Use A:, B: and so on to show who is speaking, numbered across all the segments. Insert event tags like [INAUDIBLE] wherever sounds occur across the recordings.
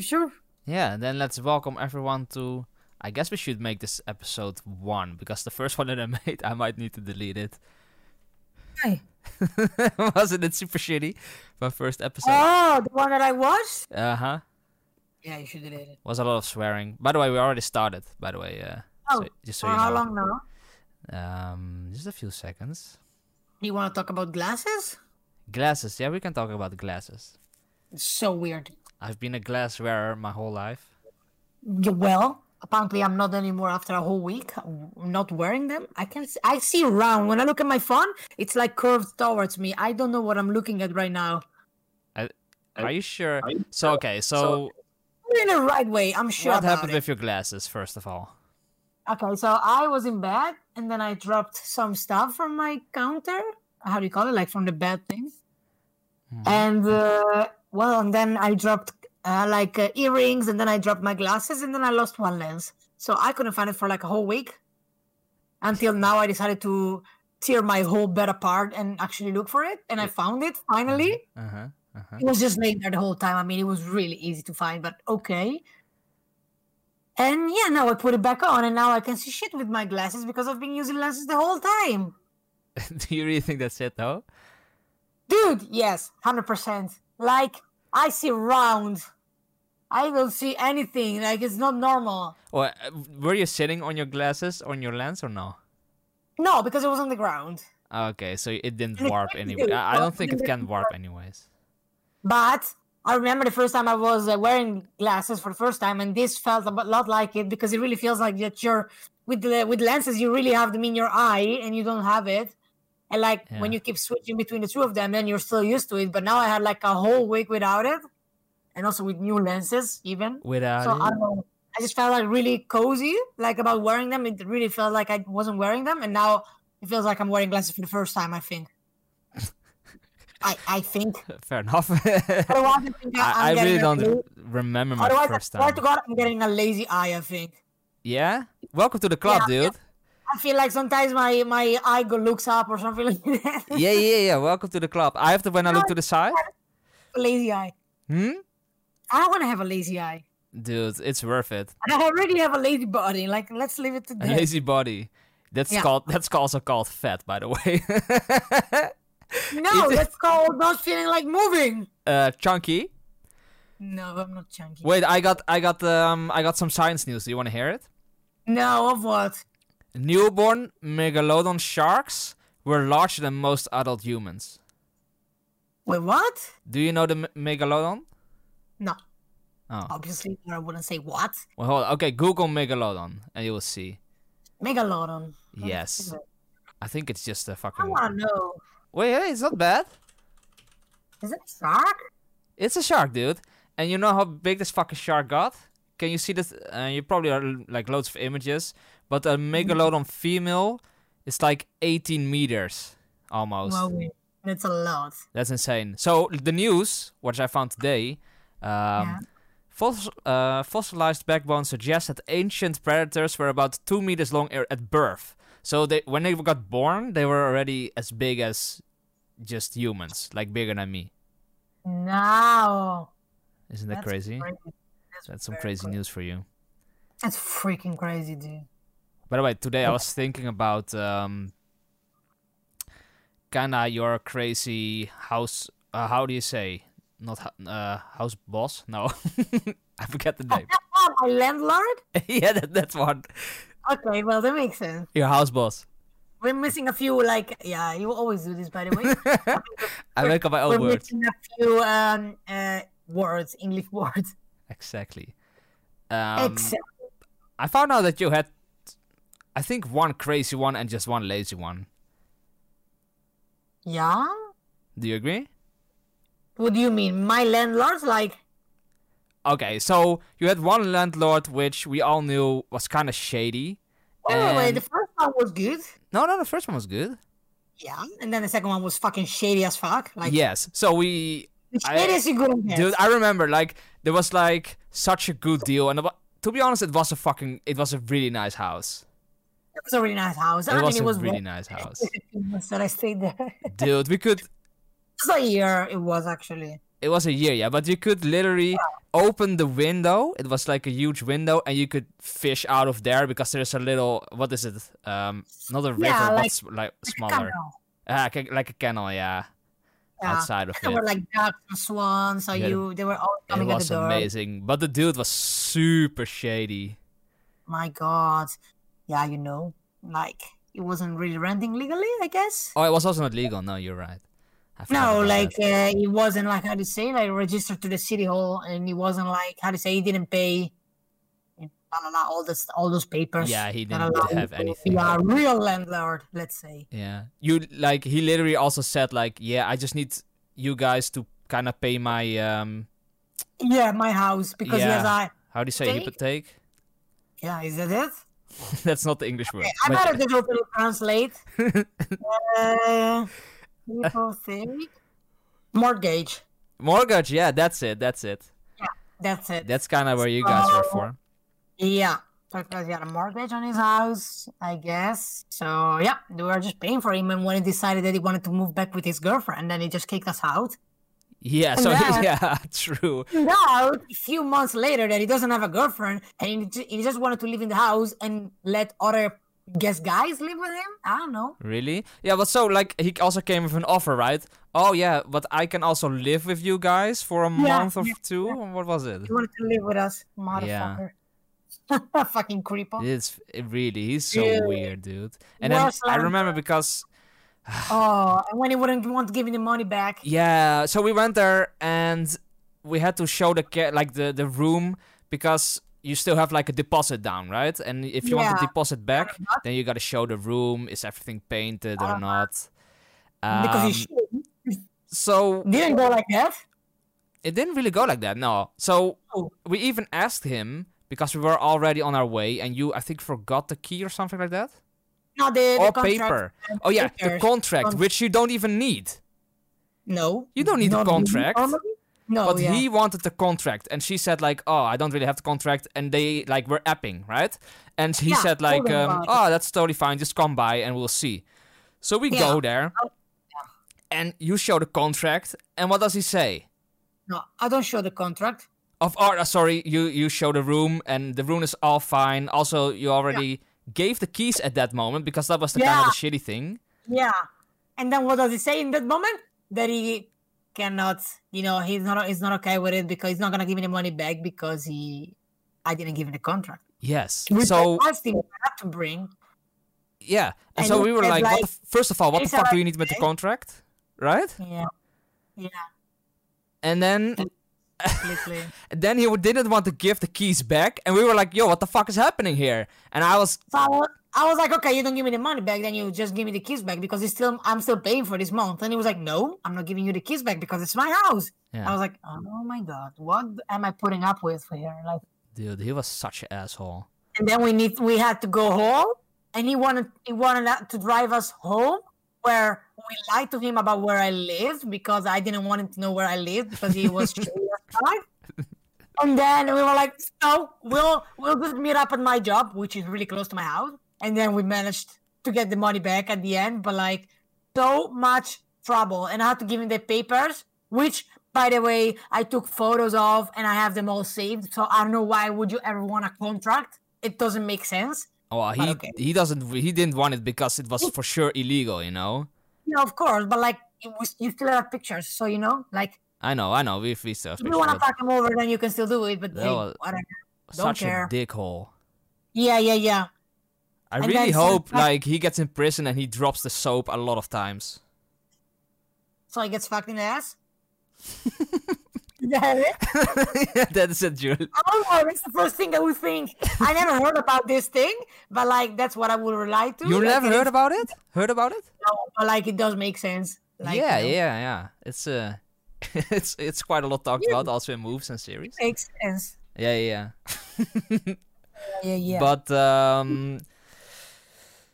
A: Sure.
B: Yeah, then let's welcome everyone to. I guess we should make this episode one because the first [LAUGHS] one that I made, I might need to delete it. [LAUGHS]
A: Hey.
B: Wasn't it super shitty? My first episode.
A: Oh, the one that I watched?
B: Uh huh.
A: Yeah, you should delete it.
B: Was a lot of swearing. By the way, we already started. By the way, uh,
A: Oh,
B: so- just so
A: For
B: you
A: how
B: know.
A: long now?
B: Um, just a few seconds.
A: You want to talk about glasses?
B: Glasses. Yeah, we can talk about glasses.
A: It's so weird.
B: I've been a glass wearer my whole life.
A: Yeah, Well, apparently I'm not anymore after a whole week. I'm not wearing them. I can see, I see round. When I look at my phone, it's like curved towards me. I don't know what I'm looking at right now.
B: Are you sure? So okay. So
A: In the right way, I'm sure.
B: what
A: about
B: happened
A: it.
B: with your glasses? First of all.
A: Okay, so I was in bed and then I dropped some stuff from my counter. How do you call it? Like from the bed thing.
B: Hmm.
A: And uh, well, and then I dropped uh, like uh, earrings and then I dropped my glasses and then I lost one lens. So I couldn't find it for like a whole week until now I decided to tear my whole bed apart and actually look for it. And I found it finally.
B: Uh huh. Uh huh.
A: It was just laying there the whole time. I mean, it was really easy to find, but okay. And yeah, now I put it back on, and now I can see shit with my glasses because I've been using lenses the whole time.
B: [LAUGHS] Do you really think that's it though?
A: Dude, yes, 100%. Like, I see round. I don't see anything. Like, it's not normal.
B: Or uh, were you sitting on your glasses on your lens or no?
A: No, because it was on the ground.
B: Okay, so it didn't
A: And it
B: warp
A: can
B: anyway.
A: do,
B: I I
A: but
B: don't think it
A: it
B: can warp anyways.
A: But I remember the first time I was uh, wearing glasses for the first time, and this felt a b- lot like it because it really feels like that you're with the, with lenses, you really have them in your eye, and you don't have it. And like when
B: Yeah.
A: you keep switching between the two of them, then you're still used to it. But now I had like a whole week without it, and also with new lenses even.
B: Without
A: so I
B: it?
A: don't know. I just felt like really cozy, like about wearing them. It really felt like I wasn't wearing them, and now it feels like I'm wearing glasses for the first time. I think. I I think.
B: [LAUGHS] fair enough.
A: Otherwise, I, think I,
B: I, I
A: I'm getting
B: really
A: a
B: don't
A: lazy-
B: remember my
A: Otherwise, I
B: first
A: swear
B: time.
A: to God, I'm getting a lazy eye. I think.
B: Yeah, welcome to the club,
A: Yeah.
B: dude.
A: I feel like sometimes my my eye go looks up or something like that. [LAUGHS]
B: Yeah, yeah, yeah. Welcome to the club. I have to when I look to the side.
A: lazy eye.
B: Hmm,
A: I don't want to have a lazy eye.
B: dude, it's worth it.
A: And I already have a lazy body. Like, let's leave
B: [LAUGHS]
A: it to
B: A
A: that.
B: lazy body. That's
A: Yeah.
B: called. That's also called fat, by the way. [LAUGHS]
A: No, that's called not feeling like moving.
B: uh, chunky.
A: No, I'm not chunky.
B: Wait, I got, I got, um, I got some science news. Do you want to hear it?
A: No, of what?
B: Newborn megalodon sharks were larger than most adult humans.
A: Wait, what?
B: Do you know the me- megalodon?
A: No.
B: Oh.
A: Obviously, I wouldn't say what.
B: Well, hold on. Okay, Google megalodon, and you will see.
A: Megalodon.
B: Yes, I think it's just a
A: I
B: fucking.
A: want to know.
B: Wait, hey, it's not bad.
A: Is it a shark?
B: It's a shark, dude. And you know how big this fucking shark got? Can you see this? Uh, you probably are like loads of images, but a megalodon female is like 18 meters almost.
A: Well, that's a lot.
B: That's insane. So the news, which I found today, um,
A: Yeah.
B: foss- uh, fossilized backbone suggests that ancient predators were about two meters long er- at birth. So they, when they got born, they were already as big as just humans, like bigger than me.
A: No.
B: Isn't that
A: That's
B: crazy?
A: crazy.
B: That's some
A: very
B: crazy
A: cool.
B: news for you.
A: That's freaking crazy, dude.
B: By the way, today I was thinking about um, kinda your crazy house. Uh, how do you say? Not hou- uh, house boss? No, [LAUGHS] I forget
A: [LAUGHS]
B: the name.
A: Oh, my landlord? [LAUGHS]
B: yeah, that, that's one.
A: Okay, well, that makes sense.
B: Your
A: [LAUGHS]
B: house boss.
A: We're missing a few, like, yeah, you always do this, by the
B: [LAUGHS]
A: way.
B: I make up my
A: We're
B: own Oh, words.
A: missing a few um, uh, words, English [LAUGHS] words.
B: Exactly. Um,
A: Except,
B: I found out that you had, I think, one crazy one and just one lazy one.
A: yeah?
B: Do you agree?
A: What do you mean? My landlord's like,
B: Okay, so you had one landlord which we all knew was kind of shady.
A: oh, wait,
B: and-
A: the first one was good.
B: No, no, the first one was good.
A: Yeah. And then the second one was fucking shady as fuck. Like,
B: yes. So we,
A: the
B: I-
A: shadiest you couldn't get.
B: dude, I remember like there was like such a good deal, and it wa- to be honest, it was a fucking, it was a really nice house.
A: it was a really nice house.
B: It
A: I
B: was
A: mean, it
B: a
A: was
B: really
A: nice.
B: nice house,
A: So I stayed there. [LAUGHS]
B: dude. We could,
A: It's a year it was actually.
B: It was a year, yeah, but you could literally open the window. It was like a huge window, and you could fish out of there because there's a little what is it? Um, not a river,
A: Yeah,
B: but
A: like-
B: s- like smaller,
A: Canal.
B: Ah, ca- like a canal, yeah,
A: Yeah.
B: outside of
A: There
B: it.
A: were like ducks and swans. So
B: Yeah,
A: you, they were all
B: it
A: coming at
B: was
A: the door.
B: amazing, but the dude was super shady.
A: My God. Yeah, you know, like it wasn't really renting legally, I guess.
B: Oh, it was also not legal. No, you're right. I forgot
A: No,
B: about
A: like
B: that.
A: uh, it wasn't like how to say like registered to the city hall, and it wasn't like how to say he didn't pay. you know, Blah, blah, blah, all this, all those papers.
B: Yeah, he
A: that
B: didn't
A: allow you
B: have
A: to
B: anything.
A: Be a real landlord, let's say.
B: Yeah. You like he literally also said like, yeah, I just need you guys to kind of pay my um
A: Yeah, my house because he has
B: Yeah.
A: a.
B: how do you say hypothèque?
A: Yeah, is that it?
B: [LAUGHS] That's not the English word.
A: I
B: but-
A: better just open it translate.
B: [LAUGHS]
A: uh, people think mortgage.
B: mortgage, yeah, that's it, that's it.
A: That's it.
B: That's kind of where you guys were for.
A: Yeah, because he had a mortgage on his house, I guess. So yeah, they were just paying for him. And when he decided that he wanted to move back with his girlfriend, then he just kicked us out.
B: Yeah, so [LAUGHS]
A: Yeah.
B: yeah, true.
A: Turned out a few months later that he doesn't have a girlfriend, and he, ju- he just wanted to live in the house and let other guess guys live with him. I don't know.
B: Really? Yeah, but so like he also came with an offer, right? Oh yeah, but I can also live with you guys for a month or
A: yeah,
B: two. What was it?
A: He wanted to live with us, motherfucker. [LAUGHS] Fucking creepo.
B: It's it really he's so
A: Really?
B: weird, dude. And
A: Worst
B: then I
A: land
B: remember because
A: Oh, and when he wouldn't want to give him the money back.
B: Yeah, so we went there and we had to show the ca- like the the room because you still have like a deposit down, right? And if you want the
A: Yeah. Uh-huh.
B: deposit back, then you gotta show the room is everything painted or not.
A: Because
B: Um,
A: he shouldn't.
B: so
A: didn't go like that.
B: it didn't really go like that, no. So
A: No.
B: we even asked him because we were already on our way, and you I think forgot the key or something like that,
A: No, the, the
B: or
A: contract-
B: paper. Oh yeah, the
A: papers.
B: contract
A: Con-
B: which you don't even need.
A: No.
B: You don't need a
A: Not really
B: contract.
A: normally. No,
B: but
A: Oh, yeah.
B: he wanted the contract and she said like oh i don't really have the contract and they like were apping right and he
A: Yeah,
B: said
A: told
B: like
A: them
B: um,
A: about
B: oh that's totally fine just come by and we'll see so we go there
A: Oh,
B: and you show the contract and what does he say
A: No, I don't show the contract.
B: of oh uh, sorry you you show the room and the room is all fine also you already gave the keys at that moment because that was the kind of the shitty thing
A: Yeah. And then what does he say in that moment? That he cannot, you know, he's not he's not okay with it because he's not gonna give me the money back because he I didn't give him the contract.
B: yes
A: Which
B: so
A: I asked him not to bring.
B: yeah
A: "Oh." And
B: and so
A: he
B: we were
A: said,
B: like, what
A: like,
B: the, f- first of all what
A: he
B: the
A: said,
B: fuck do
A: like,
B: you need with the contract right
A: Yeah. Yeah,
B: and then [LAUGHS]
A: literally.
B: then he didn't want to give the keys back, and we were like, "Yo, what the fuck is happening here?" And I was,
A: so I was, I was like, okay, you don't give me the money back, then you just give me the keys back because it's still I'm still paying for this month. And he was like, no, I'm not giving you the keys back because it's my house. I was like, oh my god, what am I putting up with here? Like,
B: dude, he was such an asshole.
A: and then we need we had to go home, and he wanted he wanted us to drive us home, where we lied to him about where I lived because I didn't want him to know where I lived because he was shady outside. And then we were like, no, we'll we'll just meet up at my job, which is really close to my house. And then we managed to get the money back at the end, but like so much trouble. And I had to give him the papers, which by the way, I took photos of and I have them all saved. So I don't know why would you ever want a contract? It doesn't make sense.
B: Oh, well, he
A: okay.
B: he doesn't he didn't want it because it was for sure illegal, you know.
A: Yeah, of course, but like it was, you still have pictures, so you know, like
B: I know, I know. We we still have
A: if you
B: pictures,
A: want to
B: but
A: fuck him over, then you can still do it. But
B: That
A: hey,
B: was-
A: whatever. don't
B: such
A: care.
B: a dickhole.
A: Yeah, yeah, yeah.
B: I
A: And
B: really
A: then-
B: hope like he gets in prison and he drops the soap a lot of times. [LAUGHS]
A: So he gets fucked in the ass. Is that it?
B: that is it, Jules.
A: I don't know. That's the first thing I would think. I never heard about this thing, but like that's what I would rely to.
B: You
A: like,
B: never
A: and
B: heard
A: it's-
B: about it? Heard about it?
A: no, but like it does make sense. Like,
B: yeah,
A: you know,
B: yeah, yeah. It's uh, [LAUGHS] it's it's quite a lot talked about also in movies and series.
A: Makes sense.
B: Yeah, yeah. yeah.
A: Yeah, yeah.
B: But um,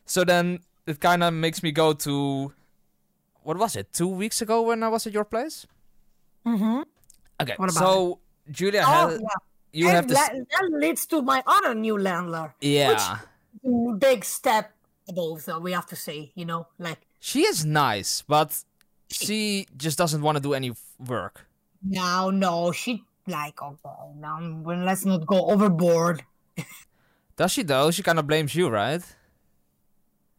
B: so then it kind of makes me go to what was it? Two weeks ago when I was at your place.
A: mm-hmm.
B: Okay,
A: What about
B: so Julia,
A: Oh,
B: has,
A: yeah.
B: you
A: and
B: have this.
A: that, that leads to my other new landlord.
B: yeah,
A: Mm, Big step above, so we have to say, you know, like
B: she is nice, but she just doesn't want to do any f- work.
A: No, no, she like okay. Now well, let's not go overboard.
B: Does she though? She kind of blames you, right?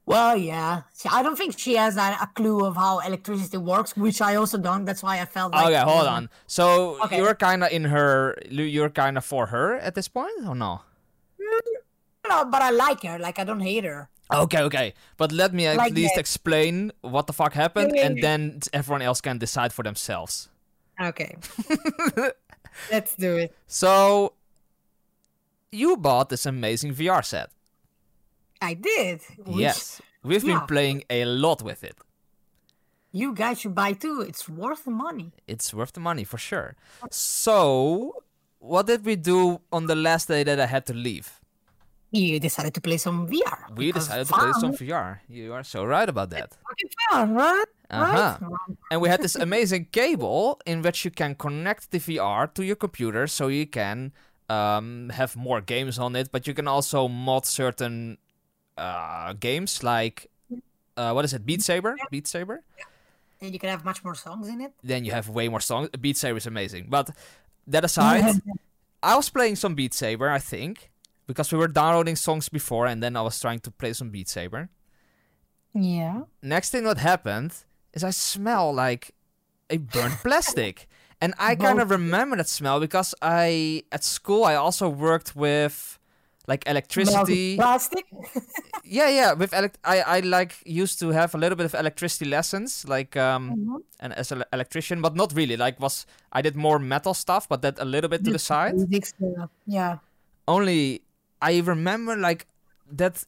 A: Well, yeah. She- I don't think she has a, a clue of how electricity works, which I also don't. That's why I felt like. mm-hmm.
B: okay, hold on. So
A: Okay.
B: you're kind of in her. you- You're kind of for her at this point, or no?
A: No, but I like her. Like I don't hate her.
B: Okay, okay. But let me at
A: Like
B: least
A: that.
B: explain what the fuck happened,
A: yeah,
B: and
A: yeah.
B: then everyone else can decide for themselves.
A: Okay. [LAUGHS] Let's do it.
B: So you bought this amazing VR set.
A: I did. which
B: yes, we've been
A: yeah.
B: playing a lot with it.
A: You guys should buy too. It's worth the money.
B: It's worth the money for sure. So, what did we do on the last day that I had to leave?
A: You decided to play some VR.
B: We
A: because
B: decided to
A: fun,
B: play some VR. You are so right about that.
A: fucking fun, right?
B: Uh-huh.
A: Right?
B: And we had this amazing cable in which you can connect the VR to your computer so you can um, have more games on it, but you can also mod certain uh, games like uh, what is it? Beat Saber? Beat Saber?
A: And you can have much more songs in it.
B: Then you have way more songs. Beat Saber is amazing. But that aside, I was playing some Beat Saber, I think, because we were downloading songs before and then I was trying to play some Beat Saber.
A: Yeah.
B: next thing that happened is I smell like a burnt plastic. And I kind of remember that smell because I at school I also worked with like electricity.
A: Plastic.
B: Yeah, yeah, with elect- I I like used to have a little bit of electricity lessons like um
A: Mhm.
B: and as an electrician, but not really. Like was I did more metal stuff, but that a little bit to the side
A: Big stuff. Yeah.
B: only I remember like that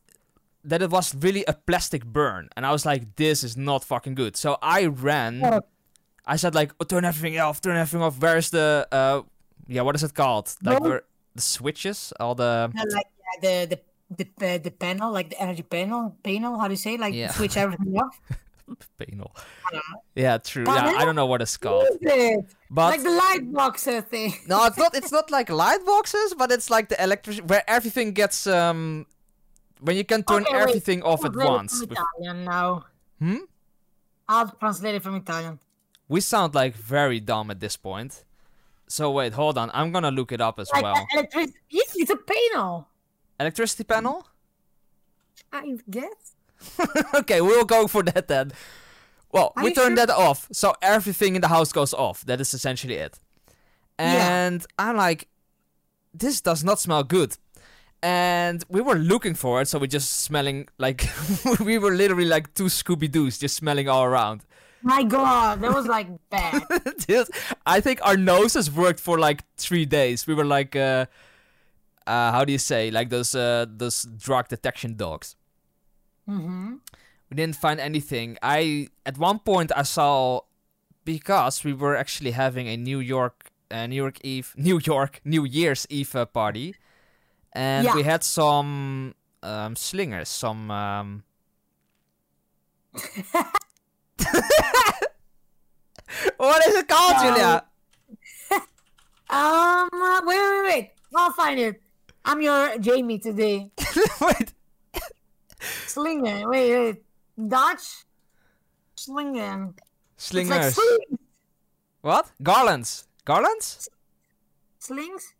B: that it was really a plastic burn, and I was like, "This is not fucking good." So I ran.
A: Yeah.
B: I said like, oh, "Turn everything off! Turn everything off! Where's the uh, yeah, what is it called? Like
A: Well-
B: where the switches, all
A: [LAUGHS]
B: the
A: And like yeah, the the the uh, the panel, like the energy panel, panel. How do you say? Like
B: Yeah.
A: switch everything
B: [LAUGHS]
A: off.
B: panel?
A: don't
B: Yeah, true. Yeah, I don't know what it's called,
A: [LAUGHS] Is it?
B: but
A: Like the light box uh, thing.
B: no, it's not. It's not like light boxes, but it's like the electric where everything gets um when you can turn
A: Okay, wait. Oh,
B: everything off at
A: Translate it
B: once.
A: From
B: with-
A: Italian now.
B: Hmm?
A: I'll translate it from Italian.
B: We sound like very dumb at this point. So wait, hold on. I'm gonna look it up as
A: Like uh,
B: well.
A: electricity. Yes, it's a panel.
B: Electricity panel? [LAUGHS]
A: I guess.
B: okay, we'll go for that then. Well,
A: Are
B: we
A: you
B: turn
A: sure?
B: that off, so everything in the house goes off. That is essentially it.
A: Yeah.
B: And I'm like, this does not smell good. And we were looking for it, so we just smelling like [LAUGHS] we were literally like two Scooby Doo's just smelling all around.
A: My God, that was like
B: [LAUGHS]
A: bad.
B: Dude, I think our noses worked for like three days. We were like, uh, uh, how do you say, like those uh, those drug detection dogs.
A: mm-hmm.
B: We didn't find anything. I at one point I saw because we were actually having a New York, uh, New York Eve, [LAUGHS] New York New Year's Eve uh, party, and
A: Yeah.
B: we had some um, slingers, some. Um, [LAUGHS] what is it called,
A: Um,
B: Julia? [LAUGHS]
A: Um, uh, wait, wait, wait. I'll find it. I'm your Jamie
B: [LAUGHS]
A: today.
B: Wait,
A: Slingen. Wait, wait. Dutch. Slingen. It's like
B: slingers.
A: sling-
B: what? Garlands. Garlands?
A: slings.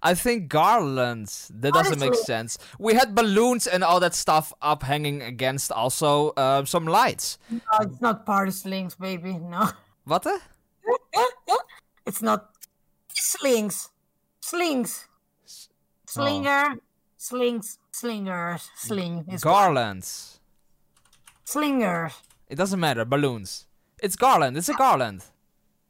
B: I think garlands. That doesn't make
A: Honestly.
B: sense. We had balloons and all that stuff up hanging against also uh, some lights.
A: No, it's not part of slings, baby. No.
B: What? eh?
A: [LAUGHS] It's not slings. Slings. Slinger.
B: oh.
A: Slings. Slingers. Sling. Is
B: Garlands.
A: slinger.
B: It doesn't matter. Balloons. It's garland. It's a garland.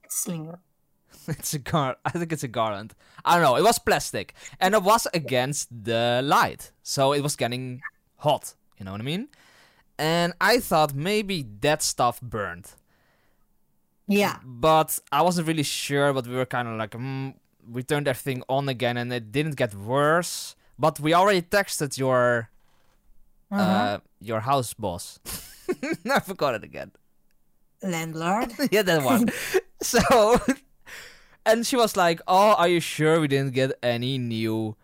A: It's slinger.
B: [LAUGHS] It's a gar. I think it's a garland. I don't know. It was plastic, and it was against the light, so it was getting hot. You know what I mean? And I thought maybe that stuff burned,
A: Yeah.
B: but I wasn't really sure. But we were kind of like, mm, we turned everything on again, and it didn't get worse. But we already texted your,
A: Uh-huh.
B: uh your house boss. [LAUGHS] I forgot it again.
A: Landlord.
B: [LAUGHS] yeah, that one. so, [LAUGHS] and she was like, "Oh, are you sure we didn't get any new,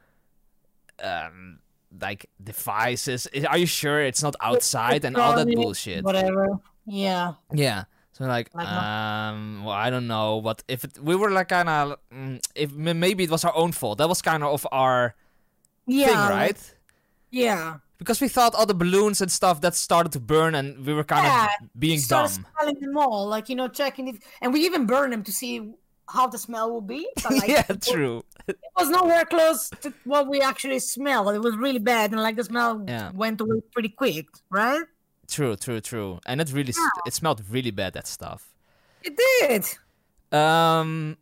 B: um, like devices? I- Are you sure it's not outside and all that
A: Electronic,
B: bullshit?"
A: Whatever. Yeah.
B: Yeah. So So like,
A: Like what?
B: um, well, I don't know, but if it, we were like kind of, if m- maybe it was our own fault. That was kind of our
A: Yeah.
B: thing,
A: like-
B: right?
A: yeah.
B: Because we thought all the balloons and stuff that started to burn, and we were kind
A: Yeah,
B: of being
A: Start
B: dumb.
A: smelling them all, like you know, checking if, and we even burn them to see how the smell will be. But, like,
B: [LAUGHS] yeah, true.
A: it was nowhere close to what we actually smelled. It was really bad, and like the smell
B: Yeah.
A: went away pretty quick, right?
B: True, true, true. And it really, st- it smelled really bad. That stuff.
A: It did.
B: Um,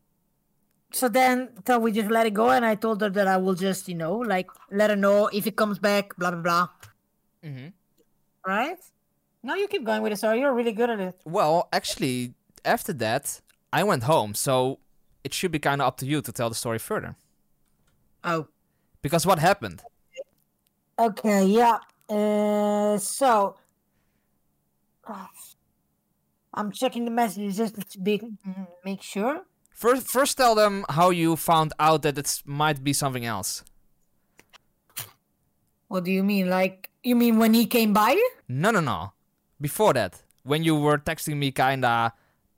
A: So then, so we just let it go, and I told her that I will just, you know, like let her know if it comes back, blah blah blah.
B: mhm.
A: Right? No, you keep going with it, sorry. You're really good at it.
B: well, actually, after that, I went home, so it should be kind of up to you to tell the story further.
A: Oh,
B: Because what happened?
A: okay, yeah. Uh, so I'm checking the messages just to be, make sure.
B: First, first tell them how you found out that it might be something else.
A: What do you mean? Like, you mean when he came by?
B: No, no, no. Before that, when you were texting me, kinda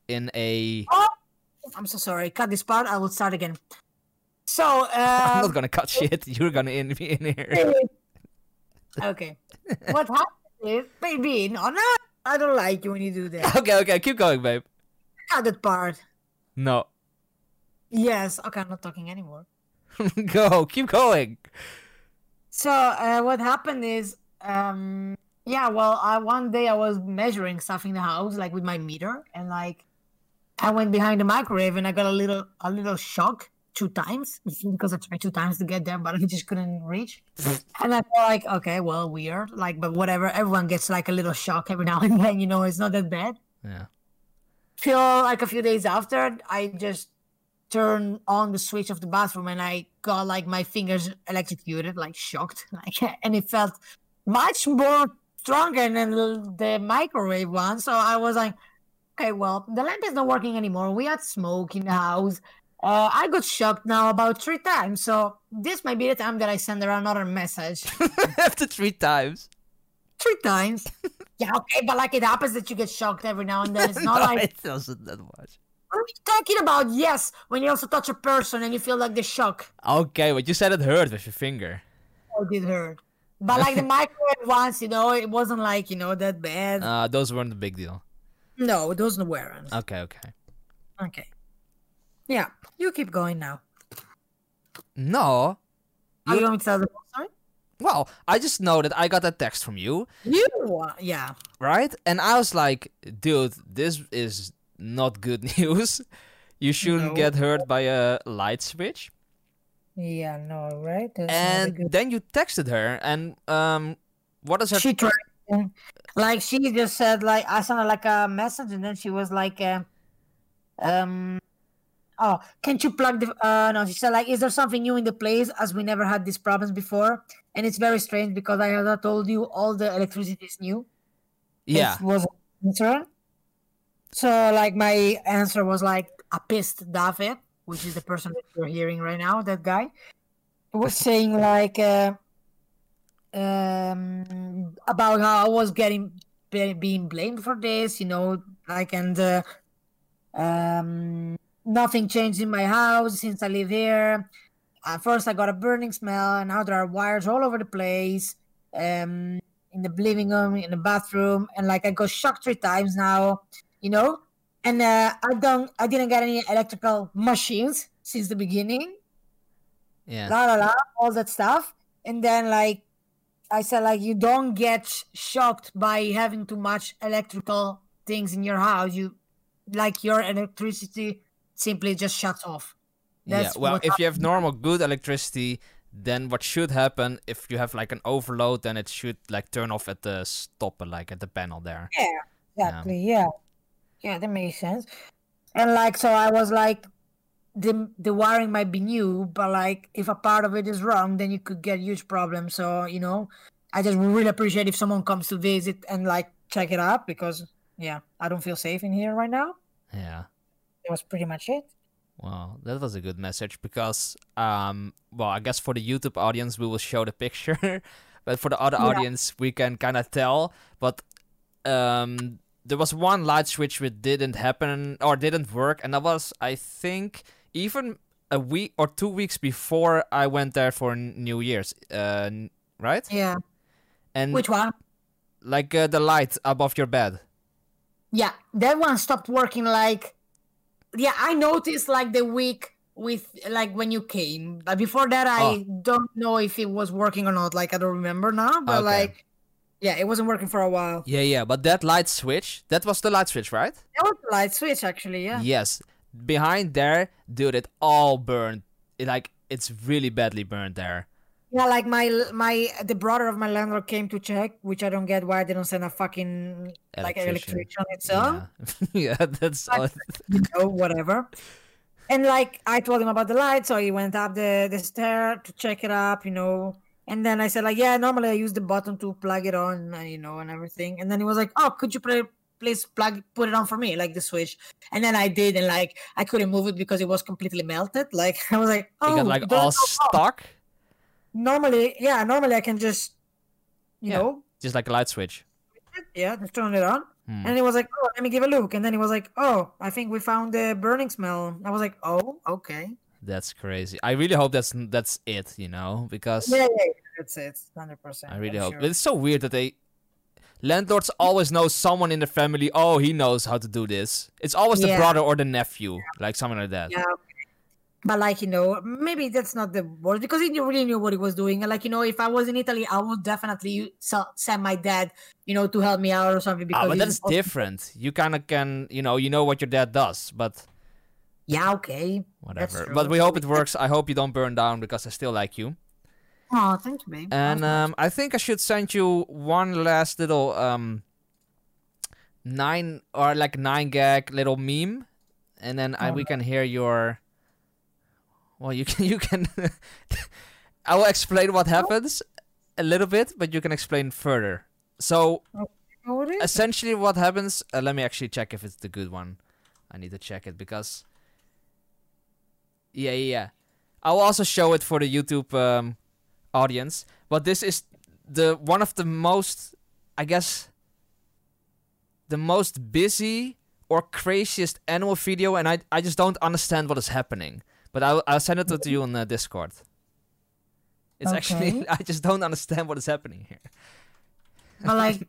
B: in a. [LAUGHS]
A: I'm so sorry. Cut this part. I will start again. So,
B: I'm
A: uh,
B: not gonna cut shit. [LAUGHS] You're gonna in be in here. [LAUGHS]
A: okay. what happened is, baby, no, no, I don't like you when you do that.
B: Okay, okay, keep going, babe.
A: Cut that part.
B: No, [LAUGHS]
A: Yes. Okay, I'm not talking anymore.
B: go, keep going. [LAUGHS]
A: So, uh, what happened is, um, yeah, well, I one day I was measuring stuff in the house, like with my meter, and like I went behind the microwave and I got a little a little shock two times [LAUGHS] because I tried two times to get there, but I just couldn't reach. and I felt like, okay, well, weird, like, but whatever. Everyone gets like a little shock every [LAUGHS] now and then, you know, it's not that bad.
B: Yeah.
A: Till like a few days after, I just turned on the switch of the bathroom and I got like my fingers electrocuted, like shocked, [LAUGHS] like, and it felt much more stronger than the the microwave one. So I was like, okay, well, the lamp is not working anymore. We had smoke in the house. Uh, I got shocked now about three times. So this might be the time that I send her another message.
B: [LAUGHS] After three times.
A: three times. [LAUGHS] yeah, okay, but like it happens that you get shocked every now and [LAUGHS] then. It's not
B: [LAUGHS] no,
A: like
B: it wasn't that much.
A: What are you talking about? Yes, when you also touch a person and you feel like the shock.
B: Okay, but you said it hurt with your finger.
A: Oh, it did hurt. But [LAUGHS] like the microwave ones, you know, it wasn't like, you know, that bad.
B: Uh, those weren't the big deal.
A: no, it wasn't wearing.
B: Okay, okay.
A: okay. Yeah, you keep going now.
B: No,
A: Are you going to tell the whole story?
B: well, I just know that I got that text from you,
A: You? uh, Yeah.
B: right? And I was like, dude, this is not good [LAUGHS] news. You shouldn't
A: No.
B: get hurt by a light switch.
A: Yeah, no, right? That's not a
B: And
A: good-
B: then you texted her, and um, what is her?
A: she tried. to- Like, she just said, like, I sent her like a message and then she was like, uh, um, oh, can't you plug the? Uh, no, she said like, is there something new in the place? As we never had these problems before, and it's very strange because I as I told you all the electricity is new.
B: yeah,
A: This was an answer. So like my answer was like I pissed David, which is the person that you're hearing right now, that guy, was saying like uh, um about how I was getting be- being blamed for this, you know, like and uh, um nothing changed in my house since I live here. At first I got a burning smell and now there are wires all over the place. Um in the living room, in the bathroom, and like I got shocked three times now, you know. And uh, I don't, I didn't get any electrical machines since the beginning.
B: yeah.
A: La la la, all that stuff. And then like I said, like you don't get sh- shocked by having too much electrical things in your house. You like your electricity simply just shuts off.
B: Yeah,
A: That's
B: well,
A: what
B: if you have normal good electricity, then what should happen if you have like an overload, then it should like turn off at the stopper, like at the panel there. Yeah.
A: Exactly. Yeah. Yeah, that makes sense. And like, so I was like, the the wiring might be new, but like, if a part of it is wrong, then you could get huge problems. So you know, I just really appreciate if someone comes to visit and like check it out because yeah, I don't feel safe in here right now.
B: Yeah.
A: That was pretty much it.
B: Well, that was a good message because, um, well, I guess for the YouTube audience we will show the picture, [LAUGHS] but for the other
A: Yeah.
B: audience we can kind of tell. But um, there was one light switch which didn't happen or didn't work, and that was I think even a week or two weeks before I went there for New Year's, uh, right?
A: Yeah.
B: And
A: Which one?
B: like uh, the light above your bed.
A: Yeah, that one stopped working like yeah, I noticed like the week with like when you came. But before that
B: Oh.
A: I don't know if it was working or not. Like I don't remember now, but
B: Okay.
A: like yeah, it wasn't working for a while.
B: Yeah, yeah, but that light switch, that was the light switch, right?
A: That was a light switch actually, yeah.
B: Yes. Behind there, dude, it all burned. It, like it's really badly burned there.
A: Yeah, like my my the brother of my landlord came to check, which I don't get why they don't send a fucking like
B: Electrician.
A: electrician itself.
B: yeah, [LAUGHS] yeah that's all.
A: you
B: Mm-hmm.
A: know, whatever. And like I told him about the light, so he went up the, the stair to check it up, you know. And then I said, like, yeah, normally I use the button to plug it on, uh, you know, and everything. And then he was like, oh, could you play, please plug, put it on for me, like the switch. And then I did, and like I couldn't move it because it was completely melted. [LAUGHS] Like I was like,
B: It
A: oh,
B: got
A: you
B: like
A: don't
B: all
A: know how."
B: stuck,
A: Normally, yeah, normally I can just, you
B: Yeah.
A: know,
B: just like a light switch.
A: yeah, just turn it on.
B: Hmm.
A: And he was like, oh, let me give a look. And then he was like, oh, I think we found the burning smell. I was like, oh, okay.
B: That's crazy. I really hope that's that's it, you know, because
A: Yeah, yeah, yeah, that's it, hundred percent.
B: I really hope. It's so weird that they landlords always know someone in the family. Oh, he knows how to do this. It's always the
A: Yeah.
B: brother or the nephew, like someone like that.
A: Yeah. But like you know, maybe that's not the worst because he really knew what he was doing. And like you know, if I was in Italy, I would definitely se- send my dad, you know, to help me out or something. Because
B: Ah, but
A: he's
B: that's
A: also-
B: different. You kind of can, you know, you know what your dad does, but
A: Yeah, okay. That's
B: whatever.
A: true,
B: But we
A: that's
B: hope it works. I hope you don't burn down because I still like you.
A: Oh, thank you, babe.
B: And um, I think I should send you one last little um nine or like nine gag little meme, and then I, we can hear your. Well, you [LAUGHS] can you can. I will explain what happens a little bit, but you can explain further. So uh,
A: What is-
B: essentially, what happens? Uh, let me actually check if it's the good one. I need to check it because. Yeah, yeah, yeah. I will also show it for the YouTube um, audience. But this is the one of the most, I guess, the most busy or craziest animal video, and I I just don't understand what is happening. But I'll I'll send it to, to you on uh, Discord. It's actually
A: Okay.
B: [LAUGHS] I just don't understand what is happening here.
A: but
B: [LAUGHS]
A: like,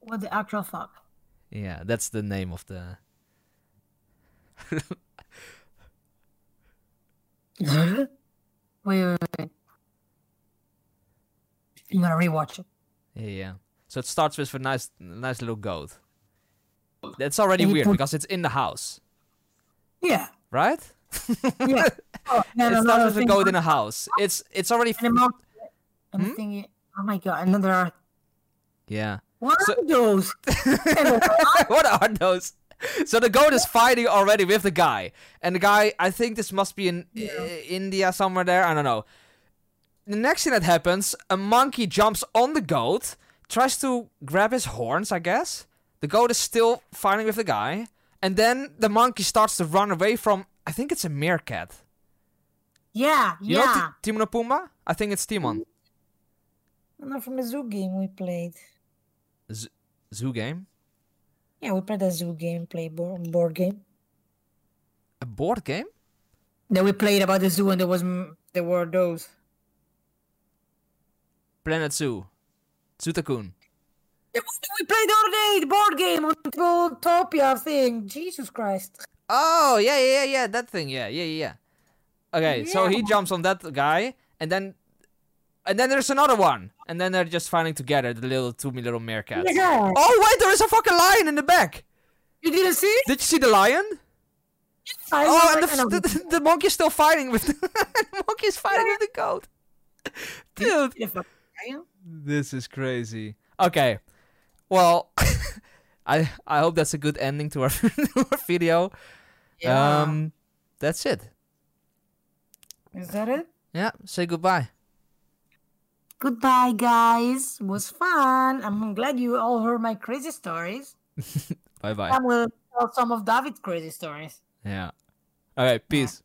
A: what the actual fuck?
B: Yeah, that's the name of the.
A: wait, wait, wait. I'm gonna rewatch it.
B: Yeah, yeah. So it starts with a nice, nice little goat. That's already
A: And you
B: weird
A: put-
B: because it's in the house,
A: Yeah,
B: right? [LAUGHS]
A: [LAUGHS] yeah. Oh, no,
B: it
A: no,
B: starts
A: no,
B: with a
A: thing-
B: goat in a house. It's it's already f-
A: And I'm, out- I'm thinking, oh my god, and then there are
B: yeah.
A: what
B: So-
A: are [LAUGHS] those?
B: [LAUGHS] what are those? So the goat is fighting already with the guy, and the guy. I think this must be in uh, India somewhere there. I don't know. The next thing that happens, a monkey jumps on the goat, tries to grab his horns. I guess the goat is still fighting with the guy, and then the monkey starts to run away from. I think it's a meerkat.
A: yeah,
B: You know
A: yeah.
B: Ti- Timon and Pumbaa? I think it's Timon.
A: No, from the zoo game we played.
B: Z- zoo game,
A: Yeah, we played a zoo game, play board, board game.
B: a board game.
A: Then we played about the zoo, and there was m- there were those.
B: Planet Zoo, Zootakun.
A: The one that we played the other day, the board game on the Topia thing. Jesus Christ!
B: Oh yeah, yeah, yeah, yeah, that thing. Yeah, yeah, yeah. yeah. Okay, so he jumps on that guy, and then, and then there's another one, and then they're just fighting together the little two me little meerkats. [LAUGHS]
A: Yeah.
B: Oh wait, there is a fucking lion in the back.
A: You didn't see? it?
B: Did you see the lion?
A: I
B: Oh,
A: was
B: and
A: like, I know.
B: the, the, the monkey's still fighting with [LAUGHS] the, the monkey's fighting with the goat. [LAUGHS] Dude,
A: The fuck are you?
B: this is crazy. Okay, well, [LAUGHS] I I hope that's a good ending to our, [LAUGHS] to our video.
A: Yeah.
B: Um, that's it.
A: Is that it?
B: Yeah, say goodbye.
A: Goodbye, guys. It was fun. I'm glad you all heard my crazy stories.
B: Bye bye.
A: Um, I will tell some of David's crazy stories.
B: Yeah. All right. Peace.